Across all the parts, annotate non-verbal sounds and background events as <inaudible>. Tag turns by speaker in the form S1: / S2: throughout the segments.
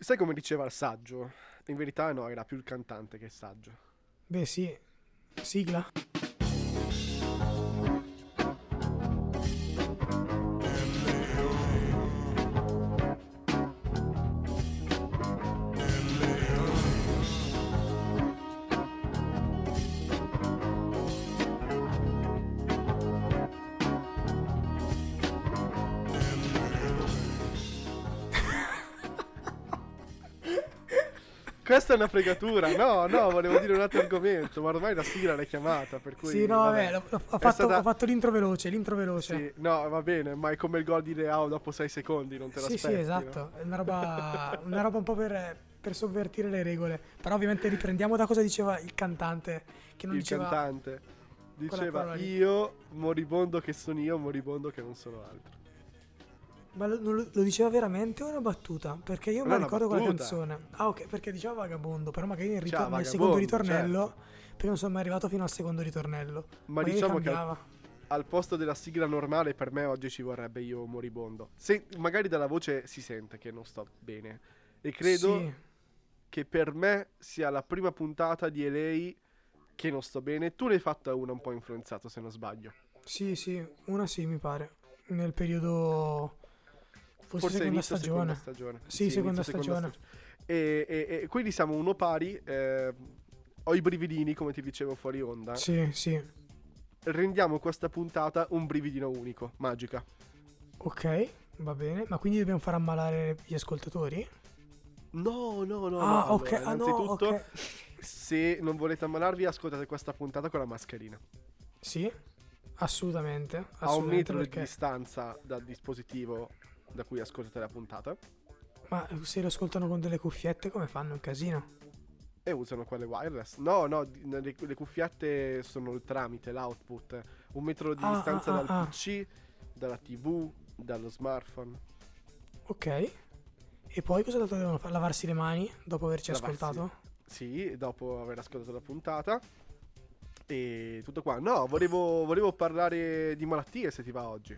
S1: Sai come diceva il saggio? In verità no, era più il cantante che il saggio.
S2: Beh, sì. Sigla.
S1: Questa è una fregatura, no, no, volevo dire un altro argomento, ma ormai la sigla l'hai chiamata, per cui...
S2: sì, no, vabbè, cioè l'ho- l'ho- ho, fatto,
S1: stata-
S2: ho fatto l'intro veloce, l'intro veloce.
S1: Sì, no, va bene, ma è come il gol di Leao dopo 6 secondi, non te
S2: sì,
S1: l'aspetti.
S2: sì, esatto. È una roba, una roba un po' per, per sovvertire le regole. Però ovviamente riprendiamo da cosa diceva il cantante, che
S1: no?
S2: non
S1: Il
S2: diceva...
S1: cantante
S2: parola
S1: diceva
S2: lì.
S1: io, moribondo che sono io, moribondo che non sono altro.
S2: Ma lo, non lo- lo diceva veramente o è una battuta? Perché io
S1: Non
S2: me la
S1: è una
S2: ricordo quella
S1: battuta.
S2: canzone. Ah, ok, perché diceva vagabondo, però magari nel,
S1: Diceva
S2: ritorno- nel secondo
S1: vagabondo, certo.
S2: ritornello, perché non sono mai arrivato fino al secondo ritornello.
S1: Ma
S2: Magari
S1: diciamo che al,
S2: cambiava.
S1: al posto della sigla normale per me oggi ci vorrebbe io moribondo. Se, magari dalla voce si sente che non sto bene. E credo
S2: Sì.
S1: che per me sia la prima puntata di Elei che non sto bene. Tu ne hai fatta una un po' influenzato, se non sbaglio.
S2: Sì, sì, una sì, mi pare. Nel periodo. Forse, seconda
S1: inizio
S2: stagione.
S1: seconda stagione.
S2: Sì, seconda
S1: inizio
S2: stagione.
S1: stag- E, e- e quindi siamo uno pari. eh, ho i brividini, come ti dicevo fuori onda.
S2: Sì, sì.
S1: Rendiamo questa puntata un brividino unico, magica.
S2: Ok, va bene. Ma quindi dobbiamo far ammalare gli ascoltatori?
S1: No, no, no.
S2: ah,
S1: no,
S2: ok.
S1: allora,
S2: ah, no,
S1: innanzitutto,
S2: ok.
S1: se non volete ammalarvi, ascoltate questa puntata con la mascherina.
S2: Sì, assolutamente.
S1: A un
S2: assolutamente,
S1: metro
S2: perché-
S1: di distanza dal dispositivo da cui ascoltate la puntata
S2: Ma se lo ascoltano con delle cuffiette, come fanno? È Un casino.
S1: e usano quelle wireless. No, no, di- le, le cuffiette sono il tramite, l'output. Un metro di
S2: Ah,
S1: distanza
S2: ah,
S1: dal
S2: ah, ah.
S1: PC, dalla TV, dallo smartphone.
S2: Ok. E poi cosa altro devono fare? Lavarsi le mani dopo averci
S1: Lavarsi.
S2: ascoltato?
S1: Sì, e dopo aver ascoltato la puntata. E tutto qua. No, volevo, volevo parlare di malattie se ti va oggi.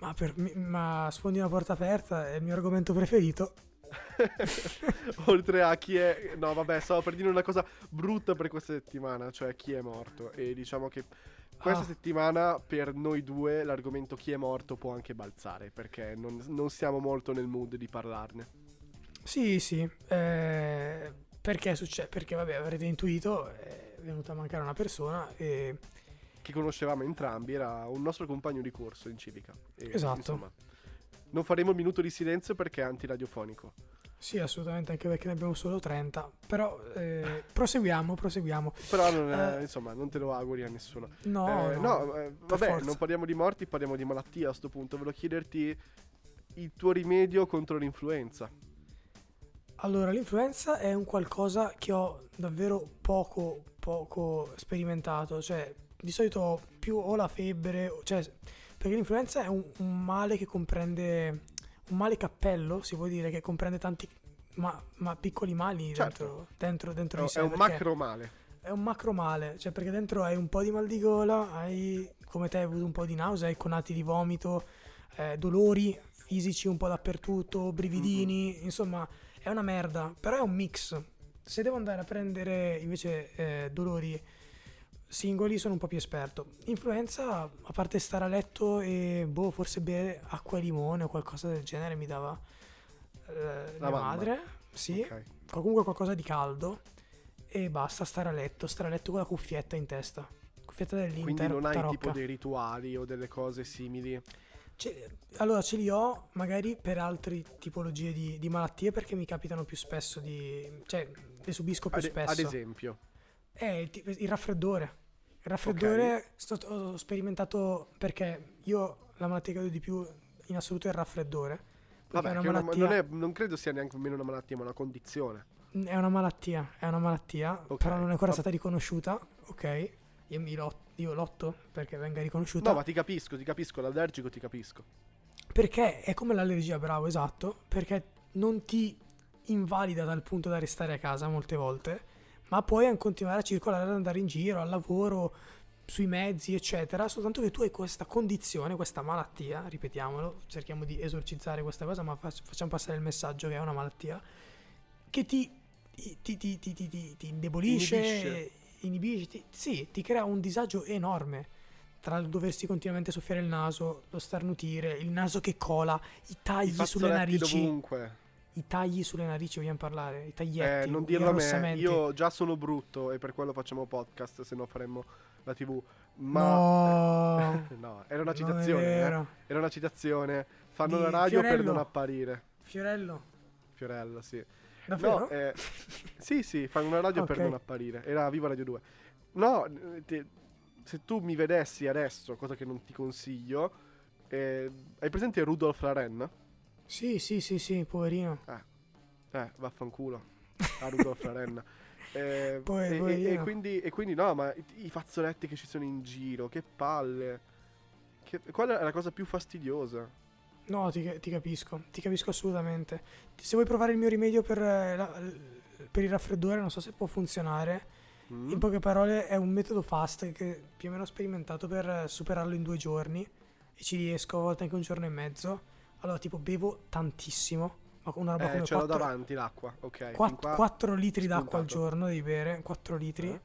S2: Ma, per, mi- ma sfondi una porta aperta, è il mio argomento preferito.
S1: <laughs> Oltre a chi è... No, vabbè, stavo per dire una cosa brutta per questa settimana, cioè chi è morto. E diciamo che questa
S2: Ah.
S1: settimana per noi due l'argomento chi è morto può anche balzare, perché non, non siamo molto nel mood di parlarne.
S2: Sì, sì. eh, perché succede? Perché, vabbè, avrete intuito, è venuta a mancare una persona e...
S1: Che conoscevamo entrambi, era un nostro compagno di corso in civica. E,
S2: Esatto.
S1: Insomma, non faremo un minuto di silenzio perché è antiradiofonico.
S2: Sì, assolutamente, anche perché ne abbiamo solo 30. Però eh, proseguiamo, proseguiamo.
S1: Però non, è-
S2: Eh.
S1: insomma, non te lo auguri a nessuno.
S2: No,
S1: Eh,
S2: no.
S1: no, eh, vabbè,
S2: forza.
S1: non parliamo di morti, parliamo di malattia a sto punto. Volevo chiederti il tuo rimedio contro l'influenza.
S2: Allora, l'influenza è un qualcosa che ho davvero poco, poco sperimentato. Cioè, di solito ho più o la febbre, o- cioè, perché l'influenza è un, un male che comprende, un male cappello, si può dire, che comprende tanti ma, ma piccoli mali
S1: Certo.
S2: dentro, dentro, dentro di
S1: è
S2: sé.
S1: un
S2: perché-
S1: macro male.
S2: è un macro male, cioè perché dentro hai un po' di mal di gola, hai come te hai avuto un po' di nausea, hai conati di vomito, eh, dolori fisici un po' dappertutto, brividini, insomma è una merda, però è un mix. Se devo andare a prendere invece eh, dolori singoli sono un po' più esperto. Influenza, a parte stare a letto e boh, forse bere acqua e limone o qualcosa del genere mi dava eh,
S1: La
S2: mia
S1: mamma.
S2: madre, sì
S1: Ok.
S2: comunque qualcosa di caldo e basta stare a letto, stare a letto con la cuffietta in testa. Cuffietta
S1: Quindi
S2: dell'Inter,
S1: non hai
S2: tarocca.
S1: tipo dei rituali o delle cose simili.
S2: Ce- allora ce li ho magari per altre tipologie di, di malattie perché mi capitano più spesso di... cioè le subisco più
S1: Ad,
S2: spesso.
S1: ad esempio,
S2: Eh, il, ti- il raffreddore. Il raffreddore sto- ho sperimentato perché io la malattia che ho di più in assoluto è il raffreddore. perché
S1: vabbè,
S2: è
S1: che
S2: una
S1: è una-
S2: malattia...
S1: non, è- non credo sia neanche meno una malattia, ma una condizione.
S2: È una malattia, è una malattia,
S1: Ok.
S2: però non è ancora
S1: Va-
S2: stata riconosciuta, ok? Io, mi lot- io lotto perché venga riconosciuta.
S1: No, ma ti capisco, ti capisco, l'allergico ti capisco.
S2: Perché è come l'allergia, bravo, esatto, perché non ti invalida dal punto da restare a casa molte volte, ma puoi an- continuare a circolare, ad andare in giro, al lavoro, sui mezzi, eccetera, soltanto che tu hai questa condizione, questa malattia, ripetiamolo, cerchiamo di esorcizzare questa cosa, ma fac- facciamo passare il messaggio che è una malattia, che ti, ti, ti, ti, ti- ti- ti indebolisce,
S1: Inibisce.
S2: inibisce, ti- sì, ti crea un disagio enorme tra il doversi continuamente soffiare il naso, lo starnutire, il naso che cola, i
S1: I
S2: tagli sulle
S1: fazzoletti
S2: narici,
S1: dovunque.
S2: i tagli sulle narici vogliamo parlare, i
S1: Eh,
S2: taglietti,
S1: non
S2: i
S1: dirlo a me,
S2: arrossamenti.
S1: io già sono brutto e per quello facciamo podcast, se no faremmo la TV. Ma <laughs>
S2: No.
S1: No, era una
S2: Non è
S1: citazione, eh.
S2: vero.
S1: era una citazione. Fanno
S2: Di
S1: la radio per
S2: Fiorello.
S1: non apparire.
S2: Fiorello,
S1: Fiorella, sì.
S2: davvero?
S1: No,
S2: <laughs>
S1: eh, sì, sì, fanno una radio
S2: Ok.
S1: per non apparire. Era Viva Radio 2. No, eh, te- se tu mi vedessi adesso, cosa che non ti consiglio, eh, hai presente Rudolf Laren?
S2: Sì, sì, sì, sì, poverino.
S1: Eh, vaffanculo a Rudolf Laren.
S2: <laughs>
S1: Eh,
S2: Poi-
S1: e,
S2: poi
S1: e- e
S2: io.
S1: quindi, e quindi no, ma i, i fazzoletti che ci sono in giro, che palle. Che, quella è la cosa più fastidiosa.
S2: No, ti, ti capisco, ti capisco assolutamente. Se vuoi provare il mio rimedio per, eh, la- per il raffreddore, non so se può funzionare.
S1: Mm?
S2: In poche parole, è un metodo fast che più o meno ho sperimentato per eh, superarlo in due giorni e ci riesco a volte anche un giorno e mezzo. Allora, tipo, bevo tantissimo, Ah, ma con una roba
S1: Eh,
S2: come
S1: ce l'ho
S2: 4,
S1: davanti l'acqua, ok. fin qua-
S2: 4 litri d'acqua al
S1: spuntato.
S2: giorno devi bere, 4 litri.
S1: Eh.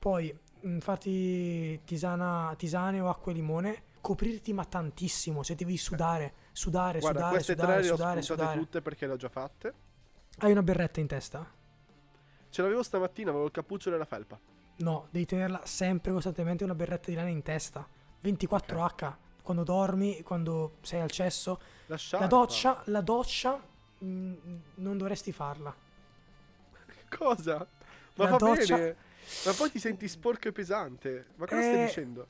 S2: Poi mh, fatti tisana, tisane o acqua e limone, coprirti ma tantissimo, cioè devi sudare, sudare,
S1: Eh. Guarda,
S2: sudare,
S1: queste
S2: sudare,
S1: tre le ho
S2: sudare,
S1: spuntate
S2: sudare.
S1: tutte perché le ho già fatte.
S2: Hai una berretta in testa?
S1: Ce l'avevo stamattina, avevo il cappuccio della felpa.
S2: No, devi tenerla sempre costantemente una berretta di lana in testa. 24H, quando dormi, quando sei al cesso.
S1: La sciarpa.
S2: La doccia, la doccia, mh, non dovresti farla.
S1: Cosa? Ma
S2: La
S1: va
S2: doccia-
S1: bene. Ma poi ti senti sporco e pesante. Ma cosa
S2: Eh,
S1: stai dicendo?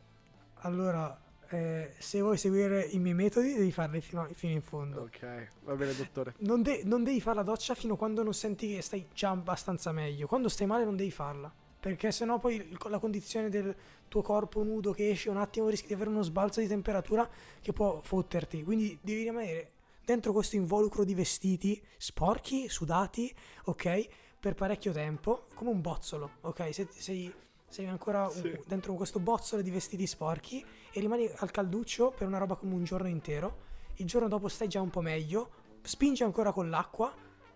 S2: Allora, eh, se vuoi seguire i miei metodi, devi farli fino, fino in fondo.
S1: Ok, va bene, dottore.
S2: Non, de- non devi fare la doccia fino a quando non senti che stai già abbastanza meglio. Quando stai male non devi farla. Perché sennò poi il- la condizione del tuo corpo nudo che esce un attimo rischi di avere uno sbalzo di temperatura che può fotterti. Quindi devi rimanere dentro questo involucro di vestiti sporchi, sudati, ok? Per parecchio tempo, come un bozzolo, ok? Se sei, sei ancora un-
S1: Sì.
S2: dentro questo bozzolo di vestiti sporchi e rimani al calduccio per una roba come un giorno intero. Il giorno dopo stai già un po' meglio, spingi ancora con l'acqua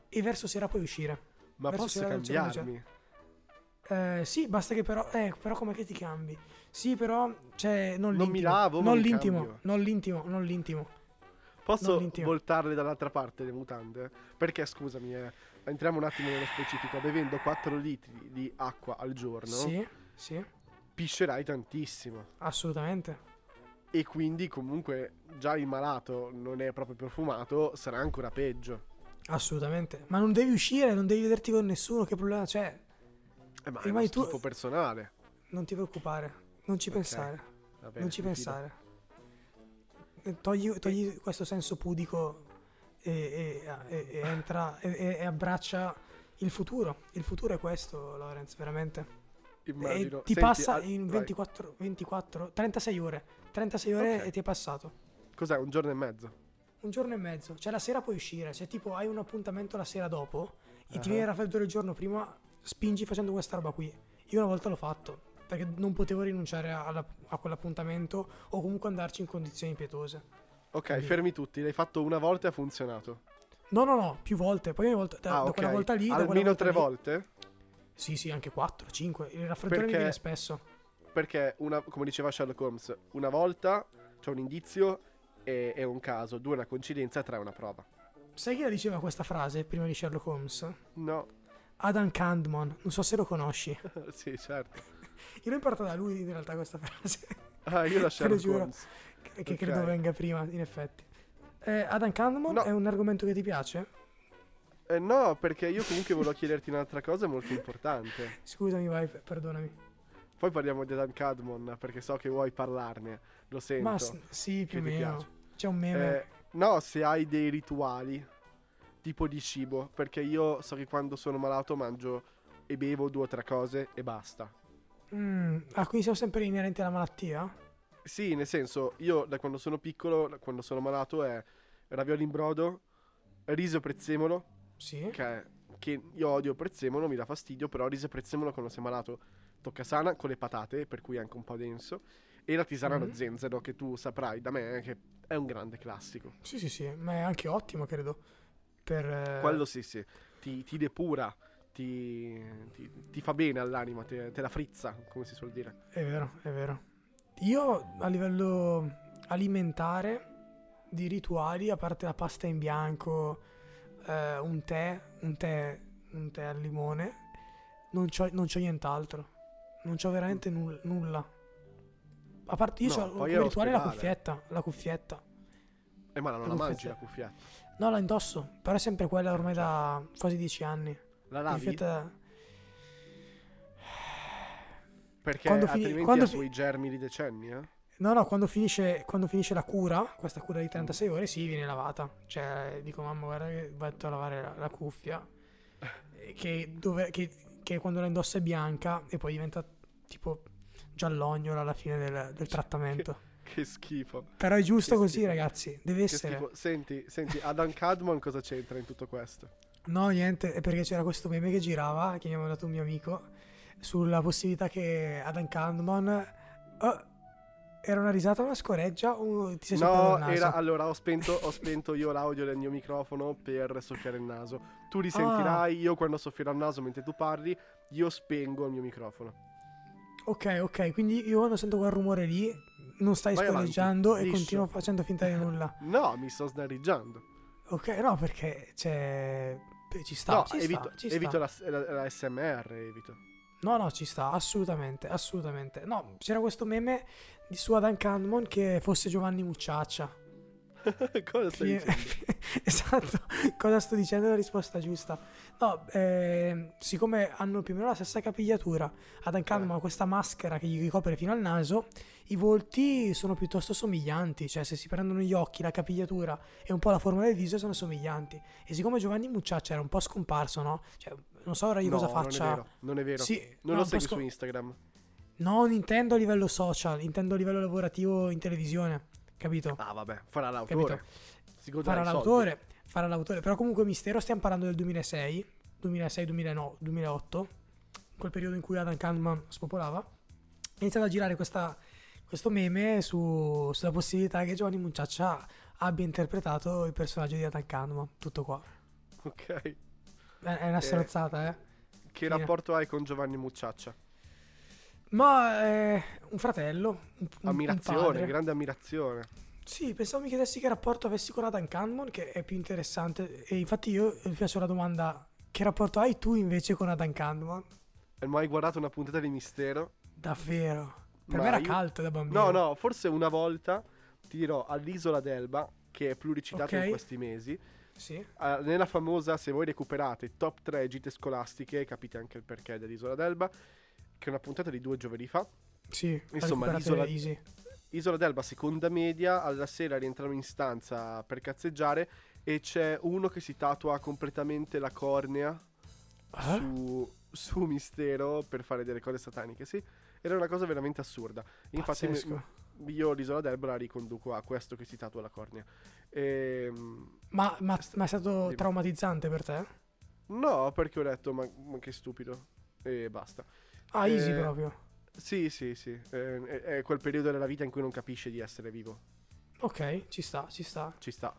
S2: e verso sera puoi uscire.
S1: Ma
S2: Verso
S1: posso
S2: sera non c'è- non c'è.
S1: cambiarmi?
S2: Eh, sì, basta che però. Eh, però come che ti cambi? Sì, però. Cioè, non,
S1: Non
S2: l'intimo.
S1: mi lavo, ma
S2: non
S1: mi
S2: l'intimo,
S1: cambio.
S2: non l'intimo, non l'intimo.
S1: Posso
S2: non l'intimo.
S1: voltarle dall'altra parte le mutande? Perché, scusami, eh, entriamo un attimo nello specifico. Bevendo 4 litri di acqua al giorno,
S2: Sì, sì,
S1: piscerai tantissimo.
S2: assolutamente.
S1: E quindi, comunque, già il malato non è proprio profumato, sarà ancora peggio.
S2: Assolutamente. Ma non devi uscire, non devi vederti con nessuno. Che problema c'è?
S1: Eh, ma è
S2: Rimani
S1: uno
S2: tu-
S1: schifo personale.
S2: Non ti preoccupare, non ci pensare,
S1: Va bene,
S2: non ci
S1: mi fido.
S2: pensare. Eh, Togli, togli questo senso pudico e, e- e- e entra e- e- e abbraccia il futuro. Il futuro è questo, Lorenz, veramente. E
S1: Immagino.
S2: eh, ti
S1: Senti,
S2: passa
S1: ah,
S2: in
S1: vai.
S2: 24, 24, 36 ore. 36 ore
S1: Ok.
S2: e ti è passato.
S1: Cos'è? Un giorno e mezzo.
S2: Un giorno e mezzo. Cioè la sera puoi uscire. Se tipo hai un appuntamento la sera dopo e ti
S1: Ah.
S2: viene il raffreddore il giorno prima, spingi facendo questa roba qui. Io una volta l'ho fatto perché non potevo rinunciare alla- a quell'appuntamento o comunque andarci in condizioni pietose.
S1: Ok,
S2: Quindi-
S1: fermi tutti. L'hai fatto una volta e ha funzionato.
S2: No, no, no, più volte. Poi ogni volta, da,
S1: ah,
S2: da
S1: ok.
S2: quella volta lì... da quella
S1: Almeno
S2: volta
S1: tre
S2: lì-
S1: volte?
S2: Sì, sì, anche 4, 5. Il raffreddore mi
S1: Perché-
S2: viene spesso.
S1: Perché, una, come diceva Sherlock Holmes, una volta c'è un indizio e è un caso, due è una coincidenza, tre è una prova.
S2: Sai chi la diceva questa frase prima di Sherlock Holmes?
S1: No, <laughs>
S2: Adam Candman, non so se lo conosci. Io
S1: sì, certo.
S2: l'ho imparata da lui in realtà questa <laughs> frase,
S1: Ah, io la
S2: <laughs> Te lo
S1: Sherlock
S2: giuro.
S1: Holmes.
S2: che che
S1: Ok.
S2: credo venga prima in effetti. Eh, Adam Candman
S1: No.
S2: è un argomento che ti piace?
S1: Eh, no, perché io comunque volevo chiederti un'altra cosa molto importante.
S2: Scusami, vai, per- perdonami.
S1: Poi parliamo di Adam Cadmon, perché so che vuoi parlarne, lo sento.
S2: Ma s- sì, più o
S1: che ti
S2: meno.
S1: piace.
S2: C'è un meme.
S1: Eh, no, se hai dei rituali tipo di cibo, perché io so che quando sono malato mangio e bevo due o tre cose e basta.
S2: Mm, Ah, quindi siamo sempre inerenti alla malattia?
S1: Sì, nel senso, io da quando sono piccolo, da quando sono malato è ravioli in brodo, riso e prezzemolo,
S2: Sì.
S1: che, che io odio il prezzemolo, mi dà fastidio, però riso e prezzemolo quando sei malato tocca sana con le patate, per cui è anche un po' denso, e la tisana allo
S2: Mhm.
S1: zenzero che tu saprai da me eh, che è un grande classico.
S2: Sì, sì, sì, ma è anche ottimo, credo. Per... eh,
S1: Quello sì, sì. ti, ti depura, ti, ti- ti fa bene all'anima, te, te la frizza, come si suol dire.
S2: È vero, è vero. Io a livello alimentare di rituali, a parte la pasta in bianco, eh, un tè, un tè, un tè al limone, non c'ho, non c'ho nient'altro. Non c'ho veramente nul- nulla. A parte io
S1: Mm. No,
S2: c'ho
S1: poi
S2: come
S1: è
S2: rituale la
S1: ospedale.
S2: cuffietta, la cuffietta.
S1: E Eh, ma non la
S2: La
S1: mangi la
S2: cuffietta.
S1: cuffietta.
S2: No, la indosso, però è sempre quella ormai da quasi dieci anni.
S1: La
S2: La
S1: lavi?
S2: cuffietta...
S1: Perché
S2: quando fini-
S1: altrimenti
S2: quando
S1: ha
S2: fi-
S1: suoi germi di decenni, eh?
S2: No, no, quando finisce, quando finisce la cura, questa cura di 36 ore, sì, viene lavata. Cioè, dico, mamma, guarda che vado a lavare la, la cuffia, eh, che, dove- che- che quando la indossa è bianca e poi diventa tipo giallognola alla fine del, del trattamento.
S1: <laughs> Che schifo.
S2: Però è giusto
S1: Che
S2: così,
S1: schifo.
S2: ragazzi, deve
S1: Che
S2: essere.
S1: schifo. Senti, senti, Adam Cadman cosa c'entra in tutto questo?
S2: No, niente, è perché c'era questo meme che girava, che mi ha mandato un mio amico, sulla possibilità che Adam Candman... Oh, era una risata, una scoreggia o ti sei
S1: No,
S2: soffiato il naso?
S1: era, allora ho spento,
S2: <laughs>
S1: ho spento io l'audio del mio microfono per soffiare il naso. Tu
S2: Ah.
S1: risentirai, io quando soffierò il naso mentre tu parli, io spengo il mio microfono.
S2: Ok, ok, quindi io quando sento quel rumore lì non stai
S1: Vai avanti,
S2: scorreggiando e
S1: liscio.
S2: continuo facendo finta
S1: <laughs>
S2: di nulla.
S1: No, mi sto snareggiando.
S2: Ok, no, perché cioè, beh, ci sta,
S1: no,
S2: ci sta,
S1: evito,
S2: ci sta.
S1: evito la, la- la SMR,
S2: <laughs>
S1: evito.
S2: No, no, ci sta, assolutamente, assolutamente. No, c'era questo meme di su Adam Candmon che fosse Giovanni Mucciaccia.
S1: cosa stai
S2: Chi-
S1: dicendo?
S2: esatto, cosa sto dicendo è la risposta giusta. No, ehm, siccome hanno più o meno la stessa capigliatura, ad
S1: Eh.
S2: Ancalma ha questa maschera che gli ricopre fino al naso, i volti sono piuttosto somiglianti, cioè se si prendono gli occhi, la capigliatura e un po' la forma del viso sono somiglianti. E siccome Giovanni Mucciaccia era un po' scomparso, no? Cioè, non so ora <laughs> io
S1: No,
S2: cosa
S1: Non è
S2: faccia.
S1: vero, non è vero.
S2: Sì,
S1: non
S2: no,
S1: lo
S2: un po'
S1: segui
S2: scom-
S1: su Instagram.
S2: No, non intendo a livello social, intendo a livello lavorativo in televisione, capito?
S1: Ah, vabbè, farà l'autore. Si godrà
S2: farà
S1: i soldi.
S2: l'autore, farà l'autore, però comunque mistero stiamo parlando del 2006, 2006, 2009, 2008, quel periodo in cui Adam Kahneman spopolava, è iniziato a girare questa- questo meme su- sulla possibilità che Giovanni Munciaccia abbia interpretato il personaggio di Adam Kahneman, tutto qua.
S1: <laughs> Ok.
S2: È, è una stronzata, eh.
S1: Che
S2: Fine.
S1: rapporto hai con Giovanni Mucciaccia?
S2: Ma eh, un fratello, un, un- un
S1: Ammirazione,
S2: padre.
S1: grande ammirazione.
S2: Sì, pensavo mi chiedessi che rapporto avessi con Adam Kahneman, che è più interessante. E infatti io vi faccio la domanda, che rapporto hai tu invece con Adam Kahneman?
S1: E mai guardato una puntata di Mistero?
S2: Davvero? Per
S1: Ma
S2: me era
S1: io-
S2: cult da
S1: No,
S2: bambino.
S1: no, forse una volta ti dirò all'isola d'Elba, che è pluricitata
S2: Ok.
S1: in questi mesi,
S2: Sì.
S1: eh, nella famosa, se voi recuperate, top 3 gite scolastiche, capite anche il perché dell'isola d'Elba, che è una puntata di due giovedì fa.
S2: Sì,
S1: Insomma,
S2: la
S1: l'isola-
S2: recuperate Easy.
S1: Isola d'Elba, seconda media, alla sera rientrano in stanza per cazzeggiare e c'è uno che si tatua completamente la cornea
S2: Eh?
S1: su, su Mistero per fare delle cose sataniche, sì. Era una cosa veramente assurda. Infatti, mi-
S2: Pazzesco.
S1: io l'isola d'Elba la riconduco a questo che si tatua la cornea. Ehm,
S2: Ma, ma- ma è stato
S1: Dimmi.
S2: traumatizzante per te?
S1: no, perché ho detto, ma, ma che stupido. E basta.
S2: Ah, easy
S1: Eh,
S2: proprio.
S1: Sì, sì, sì. eh, è, è quel periodo della vita in cui non capisci di essere vivo.
S2: Ok, ci sta, ci sta.
S1: Ci sta.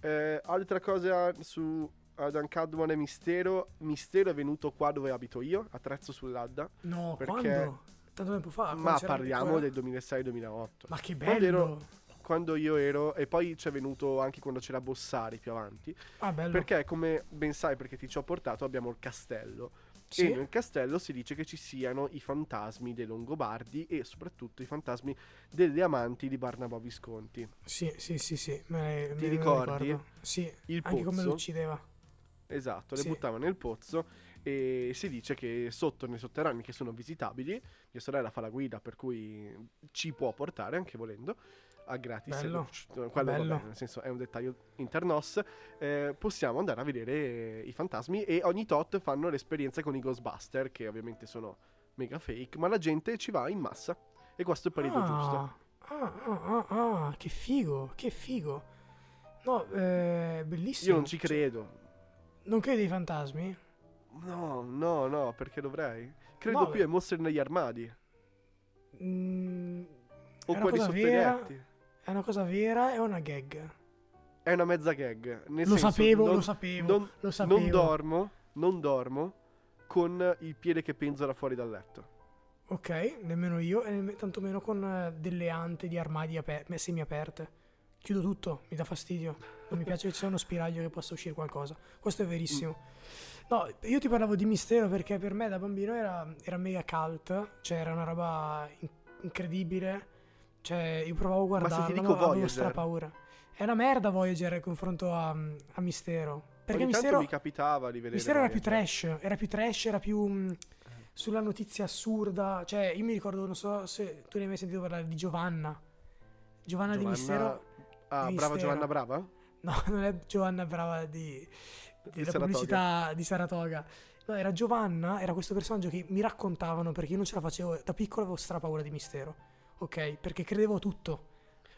S1: Eh, altra cosa su Adam Cadman e Mistero. Mistero è venuto qua dove abito io, a Trezzo sull'Adda.
S2: No,
S1: Perché-
S2: quando? Tanto tempo fa. quando
S1: ma
S2: Ah, c'era
S1: parliamo
S2: ancora-
S1: del 2006-2008.
S2: Ma che
S1: Quando ero-
S2: bello!
S1: Quando io ero, e poi c'è venuto anche quando c'era Bossari più avanti.
S2: Ah, bello.
S1: Perché, come ben sai, perché ti ci ho portato, abbiamo il castello.
S2: Sì?
S1: E nel castello si dice che ci siano i fantasmi dei Longobardi e soprattutto i fantasmi delle amanti di Barnabo Visconti.
S2: Sì, sì, sì, sì. Me, me- me lo
S1: ricordi?
S2: ricordo. Sì,
S1: Il
S2: anche come lo
S1: pozzo,
S2: uccideva.
S1: esatto, le
S2: Sì.
S1: buttava nel pozzo e si dice che sotto, nei sotterranei che sono visitabili, mia sorella fa la guida per cui ci può portare anche volendo. A gratis,
S2: Bello,
S1: quello va
S2: bello.
S1: bene, nel senso è un dettaglio internos. eh, possiamo andare a vedere eh, i fantasmi e ogni tot fanno l'esperienza con i Ghostbuster, che ovviamente sono mega fake, ma la gente ci va in massa. E questo è il periodo giusto.
S2: Ah, ah, ah, ah, che figo, che figo. No, eh, bellissimo.
S1: Io non ci
S2: Cioè,
S1: credo.
S2: non credi ai fantasmi?
S1: No, no, no, perché dovrei? Credo
S2: No,
S1: più
S2: beh.
S1: ai mostri negli armadi
S2: Mm,
S1: o
S2: è una
S1: quelli
S2: cosa
S1: sotto i
S2: vera,
S1: letti.
S2: È una cosa vera, è una gag.
S1: È è una mezza gag. Nel
S2: lo,
S1: senso,
S2: sapevo,
S1: non-
S2: lo sapevo,
S1: non-
S2: lo sapevo.
S1: Non dormo, non dormo con il piede che penzola fuori dal letto.
S2: Ok, nemmeno io, e nemm- tantomeno con eh, delle ante di armadi ape- me- semiaperte. Chiudo tutto, mi dà fastidio. Non mi piace che ci sia uno spiraglio che possa uscire qualcosa. Questo è verissimo. No, io ti parlavo di mistero perché per me da bambino era, era mega cult, cioè era una roba in- incredibile. Cioè, io provavo a
S1: se ti
S2: guardarlo,
S1: dico
S2: ma avevo
S1: Voyager?
S2: stra paura. È una merda Voyager in confronto a, a Mistero. Perché
S1: Ogni tanto
S2: Mistero
S1: mi capitava di vedere...
S2: Mistero era più
S1: Voyager.
S2: trash, era più trash, era più mh, sulla notizia assurda. Cioè, io mi ricordo, non so se tu ne hai mai sentito parlare di Giovanna. Giovanna, di
S1: Giovanna-
S2: Mistero. <laughs>
S1: Ah,
S2: di
S1: brava
S2: Mistero.
S1: Giovanna Brava?
S2: No, non è Giovanna brava di, della
S1: Saratoga.
S2: pubblicità di Saratoga. No, era Giovanna, era questo personaggio che mi raccontavano perché io non ce la facevo. Da piccolo avevo stra paura di Mistero. Ok, perché credevo a tutto.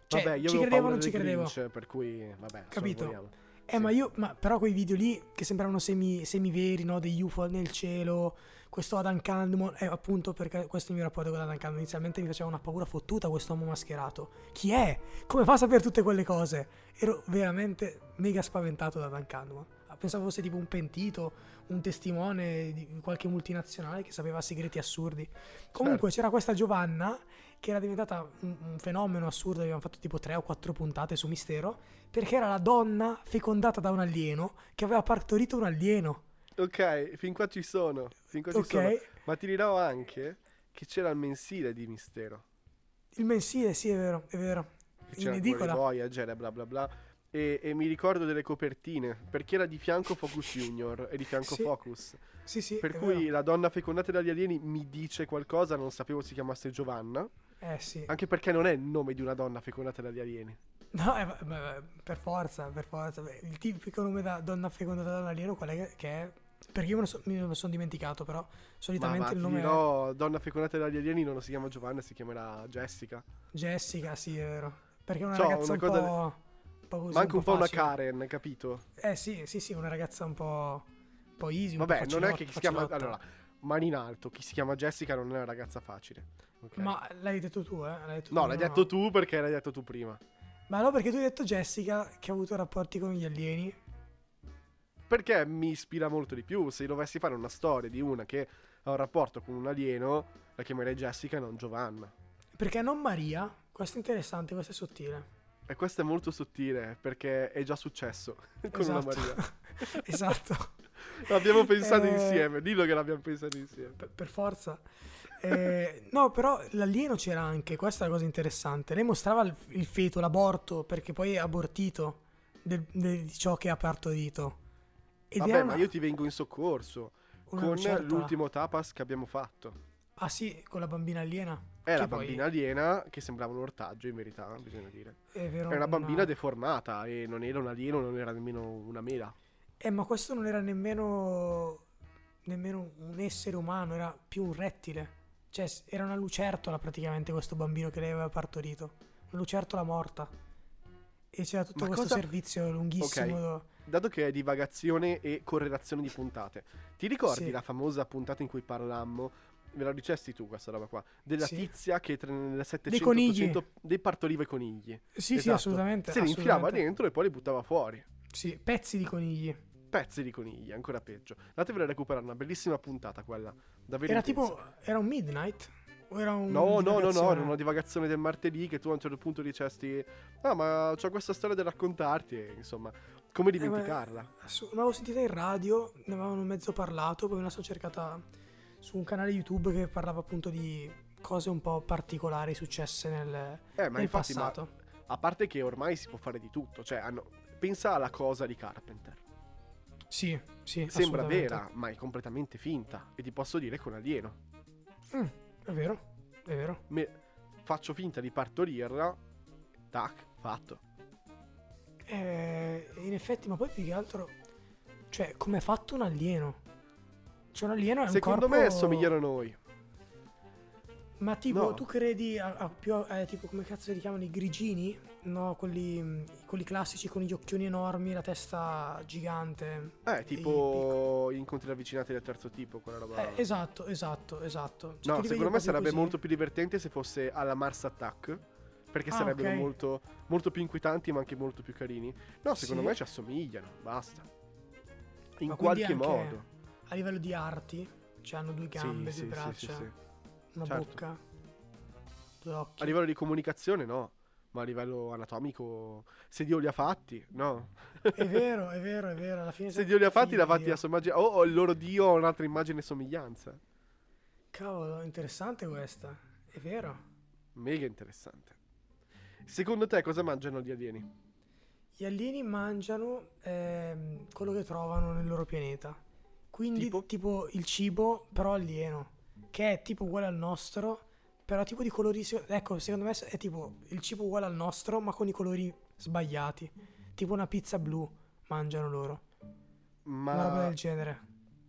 S2: Cioè,
S1: vabbè, io
S2: ci
S1: avevo
S2: credevo o
S1: paura
S2: non ci
S1: del
S2: credevo.
S1: Grinch, per cui, vabbè,
S2: Capito.
S1: sorvoliamo.
S2: Eh, ma io, ma però quei video lì che sembravano semi, veri, no? Degli UFO nel cielo, questo Adam Candemon, eh, appunto perché questo è il mio rapporto con Adam Candemon. Inizialmente mi faceva una paura fottuta questo uomo mascherato. Chi è? Come fa a sapere tutte quelle cose? Ero veramente mega spaventato da Adam Candemon. Pensavo fosse tipo un pentito, un testimone di qualche multinazionale che sapeva segreti assurdi. Comunque
S1: Certo.
S2: c'era questa Giovanna che era diventata un, un fenomeno assurdo, avevamo fatto tipo 3 o 4 puntate su Mistero, perché era la donna fecondata da un alieno che aveva partorito un alieno.
S1: Ok, fin qua ci sono. Fin qua ci
S2: ok?
S1: sono. Ma ti dirò anche che c'era il mensile di Mistero.
S2: Il mensile, sì, è vero, è vero.
S1: che
S2: In
S1: C'era ancora il
S2: edicola.
S1: Voyager e bla bla bla. E, e mi ricordo delle copertine, perché era di fianco Focus Junior e di fianco
S2: Sì.
S1: Focus.
S2: Sì, sì.
S1: Per
S2: è
S1: cui
S2: vero.
S1: la donna fecondata dagli alieni mi dice qualcosa, non sapevo si chiamasse Giovanna,
S2: Eh sì.
S1: anche perché non è il nome di una donna fecondata dagli alieni.
S2: No, eh, ma- ma- per forza, per forza. Beh, Il tipico nome da donna fecondata da un alieno, qual è che- che è? Perché io me lo, so- me lo sono dimenticato, però
S1: Ma,
S2: solitamente
S1: ma ti
S2: il nome è
S1: dirò, donna fecondata dagli alieni non si chiama Giovanna, si chiamerà Jessica.
S2: Jessica, sì, è vero. Perché è una
S1: So, una
S2: ragazza un,
S1: cosa-
S2: po', un po' così.
S1: Ma anche un po' una
S2: facile.
S1: Karen, capito?
S2: Eh sì, sì, sì, una ragazza un po', un po easy. un po'
S1: Vabbè, non è che chi si chiama.
S2: facilotta.
S1: Allora, mani in alto, chi si chiama Jessica non è una ragazza facile. ok?
S2: Ma l'hai detto tu, eh? L'hai detto
S1: no,
S2: tu,
S1: l'hai detto tu perché l'hai detto tu prima.
S2: Ma no, perché tu hai detto Jessica che ha avuto rapporti con gli alieni.
S1: Perché mi ispira molto di più. Se dovessi fare una storia di una che ha un rapporto con un alieno, la chiamerei Jessica e non Giovanna.
S2: Perché non Maria? Questo è interessante, questo è sottile.
S1: E questo è molto sottile perché è già successo <laughs> con una Maria.
S2: <laughs> esatto.
S1: L'abbiamo pensato
S2: <laughs> Eh,
S1: insieme, dillo che l'abbiamo pensato insieme.
S2: Per, per forza. Eh, no, però l'alieno c'era anche, questa è la cosa interessante. Lei mostrava il, il feto, l'aborto, perché poi è abortito del- del- di ciò che ha partorito. Ed
S1: Vabbè,
S2: era
S1: ma
S2: una-
S1: io ti vengo in soccorso
S2: una
S1: con
S2: lucertola.
S1: l'ultimo tapas che abbiamo fatto.
S2: Ah sì, con la bambina aliena.
S1: È la
S2: Che poi-
S1: bambina aliena che sembrava un ortaggio, in verità, bisogna dire.
S2: È vero,
S1: Era una bambina
S2: una-
S1: deformata e non era un alieno, non era nemmeno una mela.
S2: Eh, ma questo non era nemmeno nemmeno un essere umano, era più un rettile. Cioè, s- era una lucertola praticamente questo bambino che lei aveva partorito. Una lucertola morta. E c'era tutto
S1: Ma
S2: questo
S1: cosa-
S2: servizio lunghissimo.
S1: Ok.
S2: do-
S1: Dato che è divagazione e correlazione di puntate, ti ricordi
S2: Sì.
S1: la famosa puntata in cui parlammo? Ve la dicesti tu questa roba qua? Della
S2: Sì.
S1: tizia che tra nel 700
S2: Dei conigli.
S1: 800 dei partoriva i conigli.
S2: Sì, sì,
S1: Esatto.
S2: assolutamente.
S1: Se li infilava
S2: assolutamente.
S1: dentro e poi li buttava fuori.
S2: Sì, pezzi di conigli.
S1: Pezzi di conigli, ancora peggio. Andatevela a recuperare, una bellissima puntata quella. Davvero
S2: Era
S1: intensa.
S2: tipo era un midnight o era un
S1: No, no, no, no,
S2: divagazione?
S1: era una divagazione del martedì che tu a un certo punto dicesti Ah, ma c'ho questa storia da raccontarti e insomma, come
S2: Eh, ma-
S1: dimenticarla?
S2: Assu- l'avevo sentita in radio, ne avevano mezzo parlato, poi me la sono cercata su un canale YouTube che parlava appunto di cose un po' particolari successe nel,
S1: Eh, ma
S2: nel
S1: infatti, ma-
S2: passato.
S1: a parte che ormai si può fare di tutto, cioè hanno... pensa alla cosa di Carpenter.
S2: Sì, sì.
S1: Sembra
S2: assolutamente.
S1: vera, ma è completamente finta e ti posso dire con alieno.
S2: Mm, è vero, è vero.
S1: Me- Faccio finta di partorirla, tac, fatto.
S2: Eh, in effetti, ma poi più che altro, cioè, come è fatto un alieno? Cioè, un alieno è
S1: Secondo
S2: un
S1: me
S2: corpo...
S1: assomigliano a noi.
S2: Ma tipo,
S1: No.
S2: tu credi a, a più a- eh, tipo come cazzo li chiamano i grigini? No, quelli, mm, quelli classici con gli occhioni enormi, la testa gigante.
S1: Eh,
S2: i piccoli.
S1: tipo incontri ravvicinati del terzo tipo, quella roba.
S2: Eh, esatto, esatto, esatto. Cioè,
S1: No,
S2: tu
S1: secondo
S2: li vedi
S1: me
S2: proprio
S1: sarebbe
S2: così.
S1: molto più divertente se fosse alla Mars Attack. perché
S2: Ah,
S1: sarebbero
S2: ok.
S1: molto, molto più inquietanti ma anche molto più carini. No, secondo
S2: Sì.
S1: me ci assomigliano, basta. In
S2: Ma quindi
S1: qualche
S2: anche
S1: modo.
S2: A livello di arti, cioè hanno due gambe,
S1: sì,
S2: due
S1: sì,
S2: braccia,
S1: sì, sì, sì.
S2: una
S1: certo.
S2: bocca, due occhi.
S1: A livello di comunicazione no, ma a livello anatomico, se Dio li ha fatti, no.
S2: È vero, è vero, è vero. Alla fine
S1: <laughs> Se Dio li ha fatti, l'ha
S2: Esatto. Figlio di
S1: fatti
S2: Dio.
S1: a sommaggio. O o il loro Dio ha un'altra immagine e somiglianza.
S2: Cavolo, interessante questa. È vero.
S1: Mega interessante. Secondo te cosa mangiano gli alieni?
S2: Gli alieni mangiano ehm, quello che trovano nel loro pianeta. Quindi
S1: Tipo?
S2: tipo? il cibo, però alieno, che è tipo uguale al nostro, però tipo di colori... se- Ecco, secondo me è tipo il cibo uguale al nostro, ma con i colori sbagliati. Tipo una pizza blu mangiano loro. Una roba
S1: Ma
S2: del genere.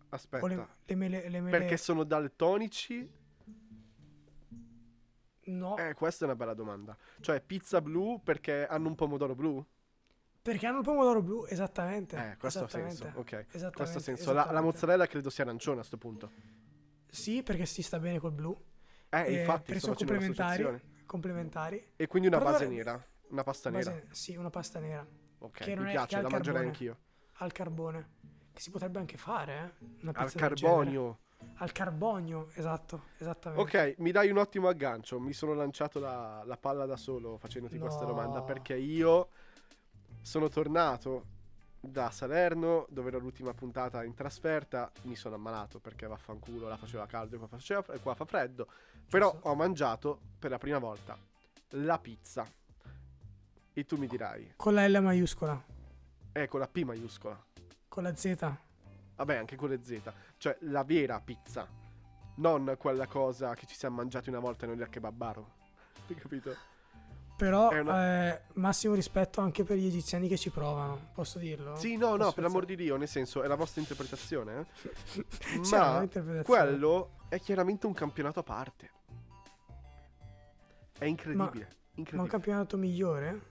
S1: aspetta,
S2: O le, le mele... Le mele
S1: perché sono daltonici?
S2: No,
S1: Eh, questa è una bella domanda. Cioè, pizza blu perché hanno un pomodoro blu?
S2: perché hanno il pomodoro blu, esattamente.
S1: Eh, questo ha
S2: esattamente,
S1: senso. Ok.
S2: esattamente,
S1: Questo ha senso. La, la
S2: esattamente.
S1: mozzarella credo sia arancione a sto punto.
S2: Sì, perché si sta bene col blu.
S1: Eh,
S2: Eh,
S1: infatti,
S2: perché
S1: sto
S2: sono
S1: facendo un'associazione.
S2: complementari. Complementari.
S1: E quindi una
S2: Però
S1: base
S2: dovrebbe-
S1: nera, una pasta
S2: Base-
S1: nera.
S2: Sì, una pasta nera
S1: Ok,
S2: che non
S1: mi
S2: è- che
S1: piace,
S2: ha
S1: la
S2: il
S1: mangerei
S2: carbone.
S1: anch'io.
S2: al carbone. Che si potrebbe anche fare, eh? Una
S1: Al
S2: pizza del genere.
S1: carbonio.
S2: Al carbonio, esatto, esattamente.
S1: Ok, mi dai un ottimo aggancio. Mi sono lanciato la, la palla da solo facendoti questa
S2: No.
S1: domanda perché io sono tornato da Salerno dove era l'ultima puntata in trasferta. Mi sono ammalato perché vaffanculo, là faceva caldo e qua, faceva- e qua fa freddo. Però
S2: Giusto.
S1: ho mangiato per la prima volta la pizza. E tu mi dirai,
S2: Con la L maiuscola,
S1: ecco la P maiuscola.
S2: con la Z.
S1: Vabbè, anche con le Z. Cioè, la vera pizza. Non quella cosa che ci siamo mangiati una volta noi al kebabaro. Hai capito?
S2: Però
S1: È
S2: eh, massimo rispetto anche per gli egiziani che ci provano, posso dirlo?
S1: Sì, no, no,
S2: Posso
S1: per l'amor di Dio, nel senso, è la vostra interpretazione.
S2: <laughs>
S1: eh.
S2: C'è una
S1: Ma
S2: interpretazione.
S1: quello è chiaramente un campionato a parte. È incredibile.
S2: Ma un
S1: incredibile.
S2: campionato migliore?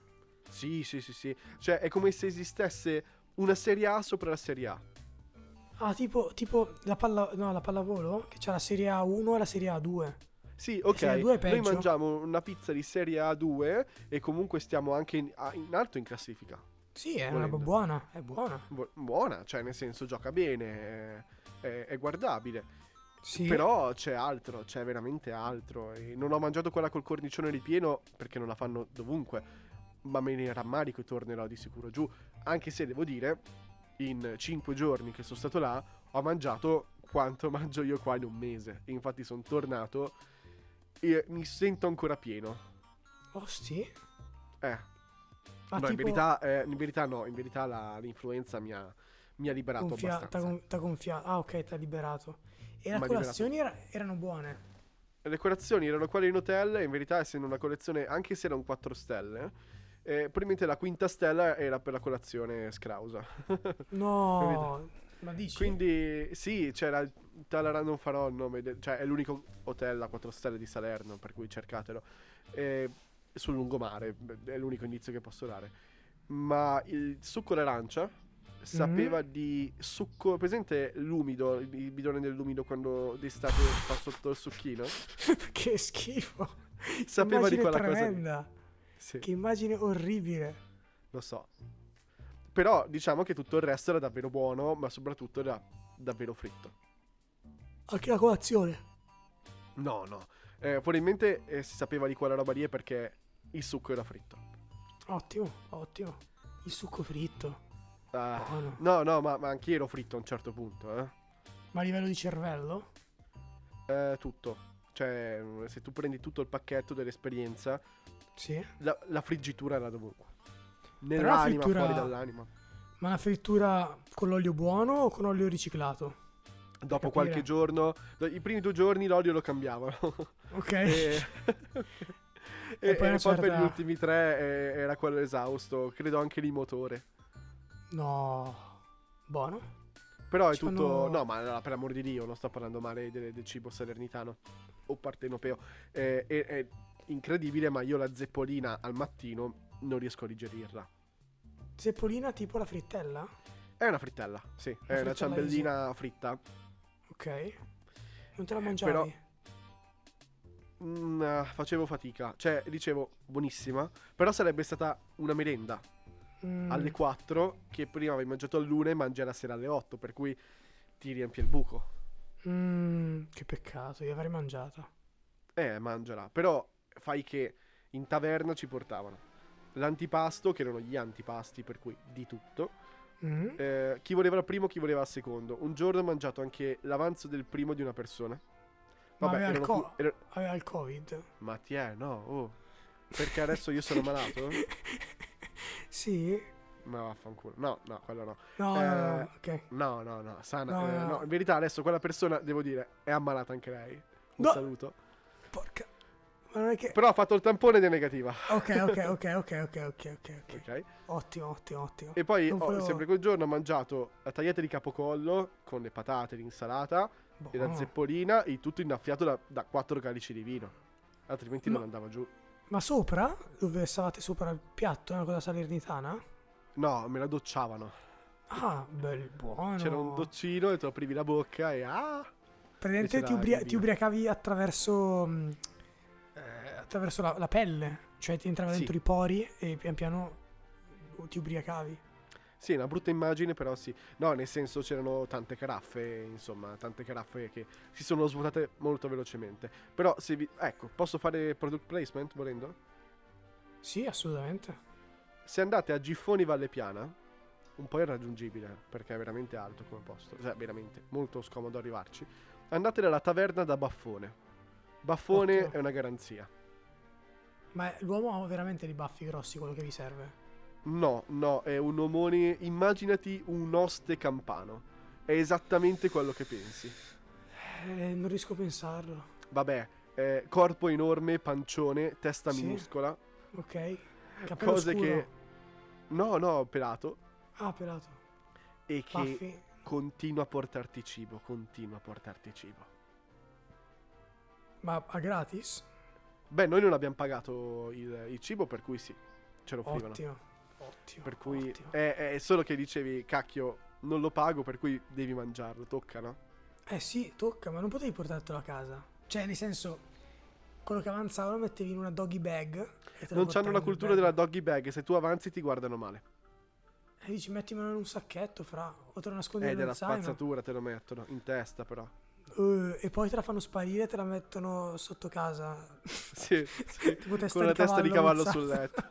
S1: Sì, sì, sì, sì. Cioè, è come se esistesse una Serie A sopra la Serie A.
S2: Ah, tipo, tipo la, palla, no, la pallavolo? Che c'è la serie A1 e la serie A2.
S1: Sì,
S2: Serie A2
S1: ok.
S2: è
S1: Noi
S2: peggio?
S1: mangiamo una pizza di Serie A2 e comunque stiamo anche in- a- in alto in classifica.
S2: Sì, è una
S1: Volendo.
S2: roba buona, è buona.
S1: Bu- buona, cioè nel senso gioca bene, è, è- è guardabile.
S2: Sì.
S1: Però c'è altro, c'è veramente altro. E non ho mangiato quella col cornicione ripieno perché non la fanno dovunque, ma me ne rammarico e tornerò di sicuro giù. Anche se devo dire, in 5 giorni che sono stato là, ho mangiato quanto <laughs> mangio io qua in un mese. E infatti sono tornato e mi sento ancora pieno.
S2: Oh, sì.
S1: Eh.
S2: Ma
S1: no, in,
S2: tipo-
S1: verità, eh, in verità no, in verità la- l'influenza mi ha, mi ha liberato
S2: Gonfia-
S1: abbastanza.
S2: t'ha gon- t'ha gonfiato. Ah, ok, t'ha liberato. E le
S1: Ma
S2: colazioni era- erano
S1: <laughs>
S2: buone.
S1: Le colazioni erano quelle in hotel, in verità essendo una collezione, anche se erano 4 stelle, eh, probabilmente la quinta stella era per la colazione scrausa.
S2: No, ma
S1: <laughs>
S2: dici?
S1: Quindi sì, c'era il Talara, non farò il nome, del- cioè è l'unico hotel a 4 stelle di Salerno, per cui cercatelo, eh, sul lungomare, è l'unico indizio che posso dare. Ma il succo d'arancia sapeva di succo, presente l'umido, il il bidone dell'umido quando d'estate fa sotto il succhino?
S2: <laughs> che schifo.
S1: Sapeva di
S2: Immagine
S1: quella cosa lì.
S2: tremenda.
S1: Sì.
S2: Che immagine orribile.
S1: lo so. Però diciamo che tutto il resto era davvero buono, ma soprattutto era davvero fritto.
S2: Anche la colazione.
S1: No, no. Eh, probabilmente eh, si sapeva di quella roba lì è perché il succo era fritto.
S2: Ottimo, ottimo. Il succo fritto.
S1: Ah.
S2: Buono.
S1: No, no, ma, ma anch'io ero fritto a un certo punto, eh.
S2: Ma a livello di cervello?
S1: Eh, tutto. Cioè, mm, se tu prendi tutto il pacchetto dell'esperienza,
S2: Sì.
S1: la, la friggitura era dovunque.
S2: la
S1: Nell'anima,
S2: frittura-
S1: fuori dall'anima.
S2: Ma una frittura con l'olio buono o con olio riciclato?
S1: Dopo
S2: capire.
S1: qualche giorno, i primi due giorni l'olio lo cambiavano.
S2: Ok.
S1: e, e-
S2: Eh. E poi
S1: e
S2: una
S1: poi per
S2: certa-
S1: gli ultimi tre eh, era quello esausto, credo anche lì motore.
S2: <laughs> No. Buono.
S1: Però è
S2: Ci
S1: tutto...
S2: fanno-
S1: No, ma no, per amor di Dio, non sto parlando male del, del cibo salernitano o partenopeo. Eh, è, è incredibile, ma io la zeppolina al mattino non riesco a digerirla.
S2: Zeppolina tipo la frittella?
S1: È una frittella, sì, è
S2: Una frittella
S1: una ciambellina fritta.
S2: Ok. Non te la
S1: Eh,
S2: mangiavi?
S1: però- mm, ah, facevo fatica. Cioè, dicevo, buonissima, però sarebbe stata una merenda
S2: Mm,
S1: alle 4 che prima avevi mangiato all'una e mangi alla sera alle 8, per cui ti riempie il buco.
S2: mm, che peccato, io avrei mangiata.
S1: Eh, mangiala. Però fai che in taverna ci portavano l'antipasto, che erano gli antipasti, per cui di tutto.
S2: Mm,
S1: Eh, chi voleva il primo, chi voleva il secondo. Un giorno ho mangiato anche l'avanzo del primo di una persona.
S2: Ma aveva il
S1: erano
S2: co-
S1: più- era-
S2: Aveva il covid.
S1: Ma ti è, no? oh. Perché adesso io sono malato?
S2: <laughs> sì.
S1: Ma vaffanculo. No, no, quello no.
S2: No, no, no, no,
S1: Eh,
S2: ok.
S1: No, no, no, sana.
S2: No,
S1: eh,
S2: no,
S1: no,
S2: no.
S1: in verità adesso quella persona, devo dire, è ammalata anche lei. Un
S2: No.
S1: saluto.
S2: Porca. Ma non è che...
S1: Però ha fatto il tampone ed è negativa. <laughs>
S2: Ok, ok, ok, ok, ok, ok, ok, ok.
S1: Ok?
S2: Ottimo, ottimo, ottimo.
S1: E poi,
S2: Non
S1: ho-
S2: volevo-
S1: sempre quel giorno, ho mangiato la tagliata di capocollo con le patate, l'insalata e la
S2: Buono.
S1: zeppolina, il tutto innaffiato da, da quattro calici di vino. Altrimenti non
S2: Ma-
S1: andava giù.
S2: Ma sopra? Dove stavate sopra il piatto? È una cosa salernitana?
S1: No, me la docciavano.
S2: Ah, bel buono.
S1: C'era un doccino e tu aprivi la bocca e ah!
S2: Praticamente
S1: c'era
S2: ti, ubria-
S1: il
S2: ti
S1: vino.
S2: ubriacavi attraverso, mh, eh, attraverso la, la pelle. Cioè ti entrava
S1: Sì.
S2: dentro i pori e pian piano ti ubriacavi.
S1: Sì, è una brutta immagine, però sì. No, nel senso c'erano tante caraffe, insomma, tante caraffe che si sono svuotate molto velocemente. Però se vi... Ecco, posso fare product placement volendo?
S2: Sì, assolutamente.
S1: Se andate a Giffoni Valle Piana, un po' irraggiungibile, perché è veramente alto come posto. Cioè, veramente, molto scomodo arrivarci. Andate nella taverna da Baffone. Baffone
S2: Ottimo.
S1: è una garanzia.
S2: Ma è- l'uomo ha veramente dei baffi grossi, quello che vi serve.
S1: No, no, è un omone. Immaginati un oste campano. È esattamente quello che pensi.
S2: Eh, non riesco a pensarlo.
S1: Vabbè, eh, corpo enorme, pancione, testa
S2: Sì.
S1: minuscola.
S2: Ok? Capello
S1: cose
S2: scuro.
S1: che. No, no, pelato.
S2: Ah, pelato.
S1: E che
S2: Baffi.
S1: continua a portarti cibo. Continua a portarti cibo.
S2: Ma a gratis?
S1: Beh, noi non abbiamo pagato il, il cibo, per cui sì, ce lo offrivano.
S2: Ottimo. Ottimo.
S1: Per cui
S2: ottimo.
S1: è, è solo che dicevi, cacchio, non lo pago, per cui devi mangiarlo, tocca, no?
S2: Eh sì, tocca, ma non potevi portartelo a casa. Cioè, nel senso, quello che avanzava lo mettevi in una doggy bag. e te
S1: non hanno
S2: lo portavi
S1: la
S2: in
S1: cultura
S2: bag.
S1: della doggy bag, se tu avanzi ti guardano male.
S2: E Eh, dici, mettimelo in un sacchetto, fra. O te lo nascondi
S1: È
S2: nello
S1: Eh, della
S2: zaino.
S1: spazzatura, te lo mettono in testa, però. <laughs>
S2: Eh, e poi te la fanno sparire e te la mettono sotto
S1: <laughs>
S2: casa.
S1: Sì, sì.
S2: <laughs> Tipo testa
S1: con la
S2: di
S1: testa di cavallo sul
S2: cavallo <laughs>
S1: letto.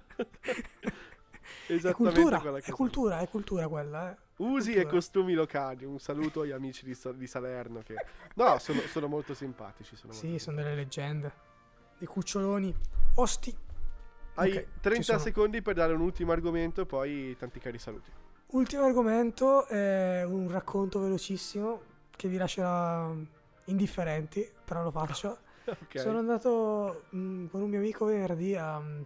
S1: <laughs>
S2: È
S1: Esattamente
S2: cultura,
S1: quella che
S2: è cultura, è cultura quella, eh.
S1: Usi e
S2: cultura.
S1: costumi locali. Un saluto agli amici di, Sa- di Salerno. Che... No, sono, sono molto simpatici. Sono molto
S2: Sì, sono delle leggende. Dei cuccioloni. Osti.
S1: Hai
S2: Ok, ci
S1: 30
S2: sono.
S1: secondi per dare un ultimo argomento, poi tanti cari saluti. <laughs>
S2: Ultimo argomento, è un racconto velocissimo che vi lascerà indifferenti, però lo faccio.
S1: <laughs> Ok.
S2: Sono andato mh, con un mio amico venerdì a, mm,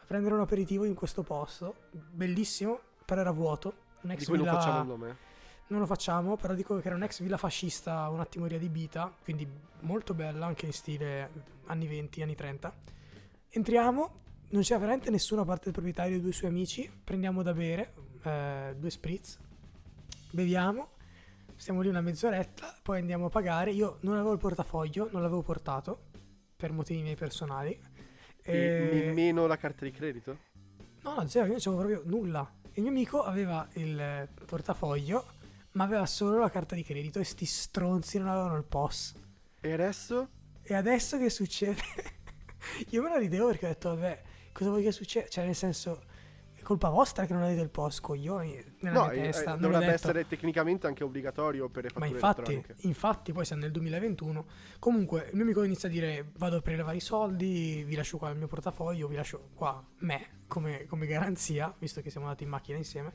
S2: a prendere un aperitivo in questo posto, bellissimo, però era vuoto. Un ex
S1: Di cui non
S2: villa-
S1: facciamo il nome.
S2: non lo facciamo, però dico che era un'ex villa fascista, un'attimoria di Bita, quindi molto bella, anche in stile anni 20, anni 30. Entriamo, non c'è veramente nessuno a parte il proprietario e due suoi amici, prendiamo da bere, eh, due spritz, beviamo, stiamo lì una mezz'oretta, poi andiamo a pagare. Io non avevo il portafoglio, non l'avevo portato, per motivi miei personali. Eh,
S1: E
S2: E-
S1: nemmeno la carta di credito?
S2: No, no, zero, io non c'avevo proprio nulla. Il mio amico aveva il eh, portafoglio, ma aveva solo la carta di credito e sti stronzi non avevano il POS.
S1: E adesso?
S2: E adesso che succede? <laughs> io me la ridevo perché ho detto, vabbè, cosa vuoi che succeda? Cioè, nel senso, è colpa vostra che non avete il POS, coglioni, nella
S1: no,
S2: mia
S1: eh,
S2: testa.
S1: eh,
S2: non l'ho
S1: dovrebbe
S2: detto.
S1: essere tecnicamente anche obbligatorio per le
S2: Ma
S1: fatture
S2: infatti,
S1: elettroniche.
S2: infatti, poi siamo nel 2021. Comunque, il mio amico inizia a dire: Vado a prelevare i soldi, vi lascio qua il mio portafoglio, vi lascio qua me come, come garanzia, visto che siamo andati in macchina insieme.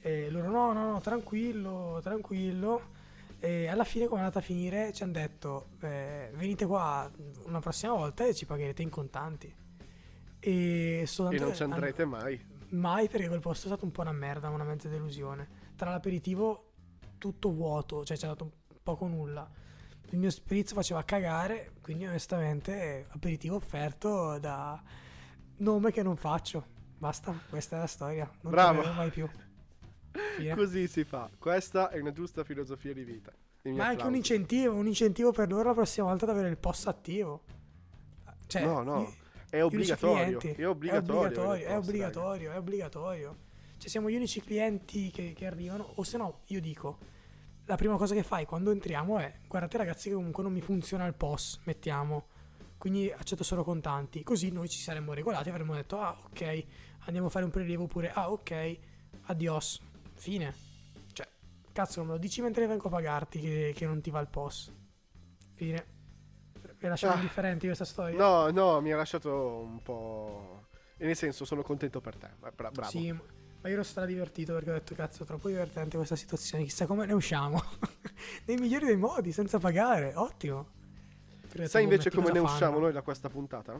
S2: E loro: No, no, no, tranquillo, tranquillo. E alla fine, come è andata a finire, ci hanno detto: eh, Venite qua una prossima volta e ci pagherete in contanti. E,
S1: E
S2: soltanto
S1: non ci
S2: hanno-
S1: andrete mai.
S2: Mai perché quel posto è stato un po' una merda, una mezza delusione. Tra l'aperitivo tutto vuoto, cioè c'è dato poco nulla. Il mio spritz faceva cagare, quindi onestamente aperitivo offerto da nome che non faccio. Basta, questa è la storia. Non
S1: Bravo.
S2: tornerò mai più. Fine.
S1: Così si fa. Questa è una giusta filosofia di vita. I miei
S2: Ma anche un
S1: applausi.
S2: incentivo, un incentivo per loro la prossima volta ad avere il posto attivo. Cioè,
S1: no, no,
S2: i-
S1: è
S2: gli unici
S1: obbligatorio. eh,
S2: clienti.
S1: È obbligatorio.
S2: È obbligatorio,
S1: Elon
S2: è
S1: Musk, raga.
S2: obbligatorio, è obbligatorio. Cioè siamo gli unici clienti che, che arrivano, o se no io dico, la prima cosa che fai quando entriamo è, guardate ragazzi che comunque non mi funziona il POS, mettiamo, quindi accetto solo contanti, così noi ci saremmo regolati e avremmo detto, ah ok, andiamo a fare un prelievo oppure, ah ok, adios, fine. Cioè, cazzo, non me lo dici mentre vengo a pagarti che, che non ti va il POS. Fine. Vi lasciamo
S1: Ah.
S2: indifferenti questa storia?
S1: No, no, mi ha lasciato un po'. E nel senso, sono contento per te. Bra- bravo.
S2: Sì, ma ma io ero stradivertito perché ho detto cazzo, è troppo divertente questa situazione, chissà come ne usciamo. <laughs> Nei migliori dei modi, senza pagare, ottimo. Perché
S1: Sai
S2: tipo,
S1: invece
S2: mettilo
S1: come ne
S2: da
S1: usciamo
S2: fan.
S1: noi da questa puntata?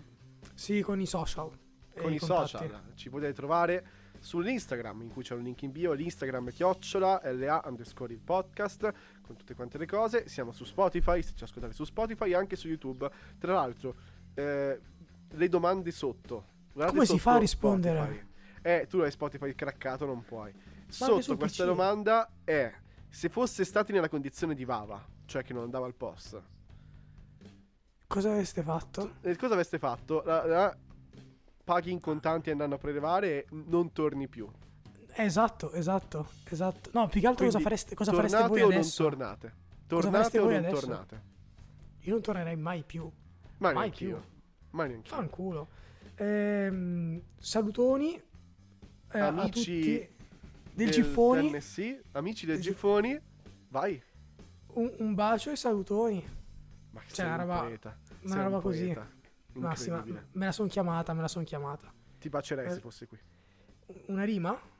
S2: Sì, con i social. e
S1: Con i
S2: contatti.
S1: social. Ci potete trovare sull'Instagram, in cui c'è un link in bio. L'Instagram è chiocciola LA underscore il podcast. Con tutte quante le cose. Siamo su Spotify. Se ci ascoltate su Spotify, e anche su YouTube. Tra l'altro, eh, le domande sotto. Guardate
S2: Come si
S1: sotto
S2: fa a rispondere?
S1: Spotify. Eh, tu hai Spotify craccato, non puoi.
S2: sul
S1: Sotto questa
S2: PC.
S1: domanda è se fosse stati nella condizione di Vava, cioè che non andava al post,
S2: Cosa avreste fatto?
S1: eh, cosa avreste fatto? La- la- paghi in contanti andando a prelevare e non torni più.
S2: Eh, Esatto, esatto, esatto. No, più che altro
S1: Quindi,
S2: cosa fareste, cosa
S1: tornate
S2: fareste voi
S1: o
S2: adesso?
S1: non tornate? Tornate
S2: fareste
S1: o
S2: voi
S1: non
S2: adesso?
S1: tornate?
S2: Io non tornerei mai più.
S1: Ma
S2: Mai
S1: neanch'io.
S2: più.
S1: Ma neanch'io.
S2: Fanculo. Ehm, salutoni eh, a
S1: Amici
S2: tutti del
S1: Del
S2: Ciffoni.
S1: TNC, amici del
S2: Del Cif-
S1: Gifoni, vai.
S2: Un, un bacio e salutoni.
S1: Ma che
S2: Cioè,
S1: sei
S2: una
S1: un
S2: roba-
S1: poeta.
S2: una
S1: Sei un
S2: roba così.
S1: poeta.
S2: Massima,
S1: Incredibile.
S2: me la son chiamata, me la son chiamata.
S1: Ti bacerei se
S2: Eh.
S1: fossi qui.
S2: Una rima?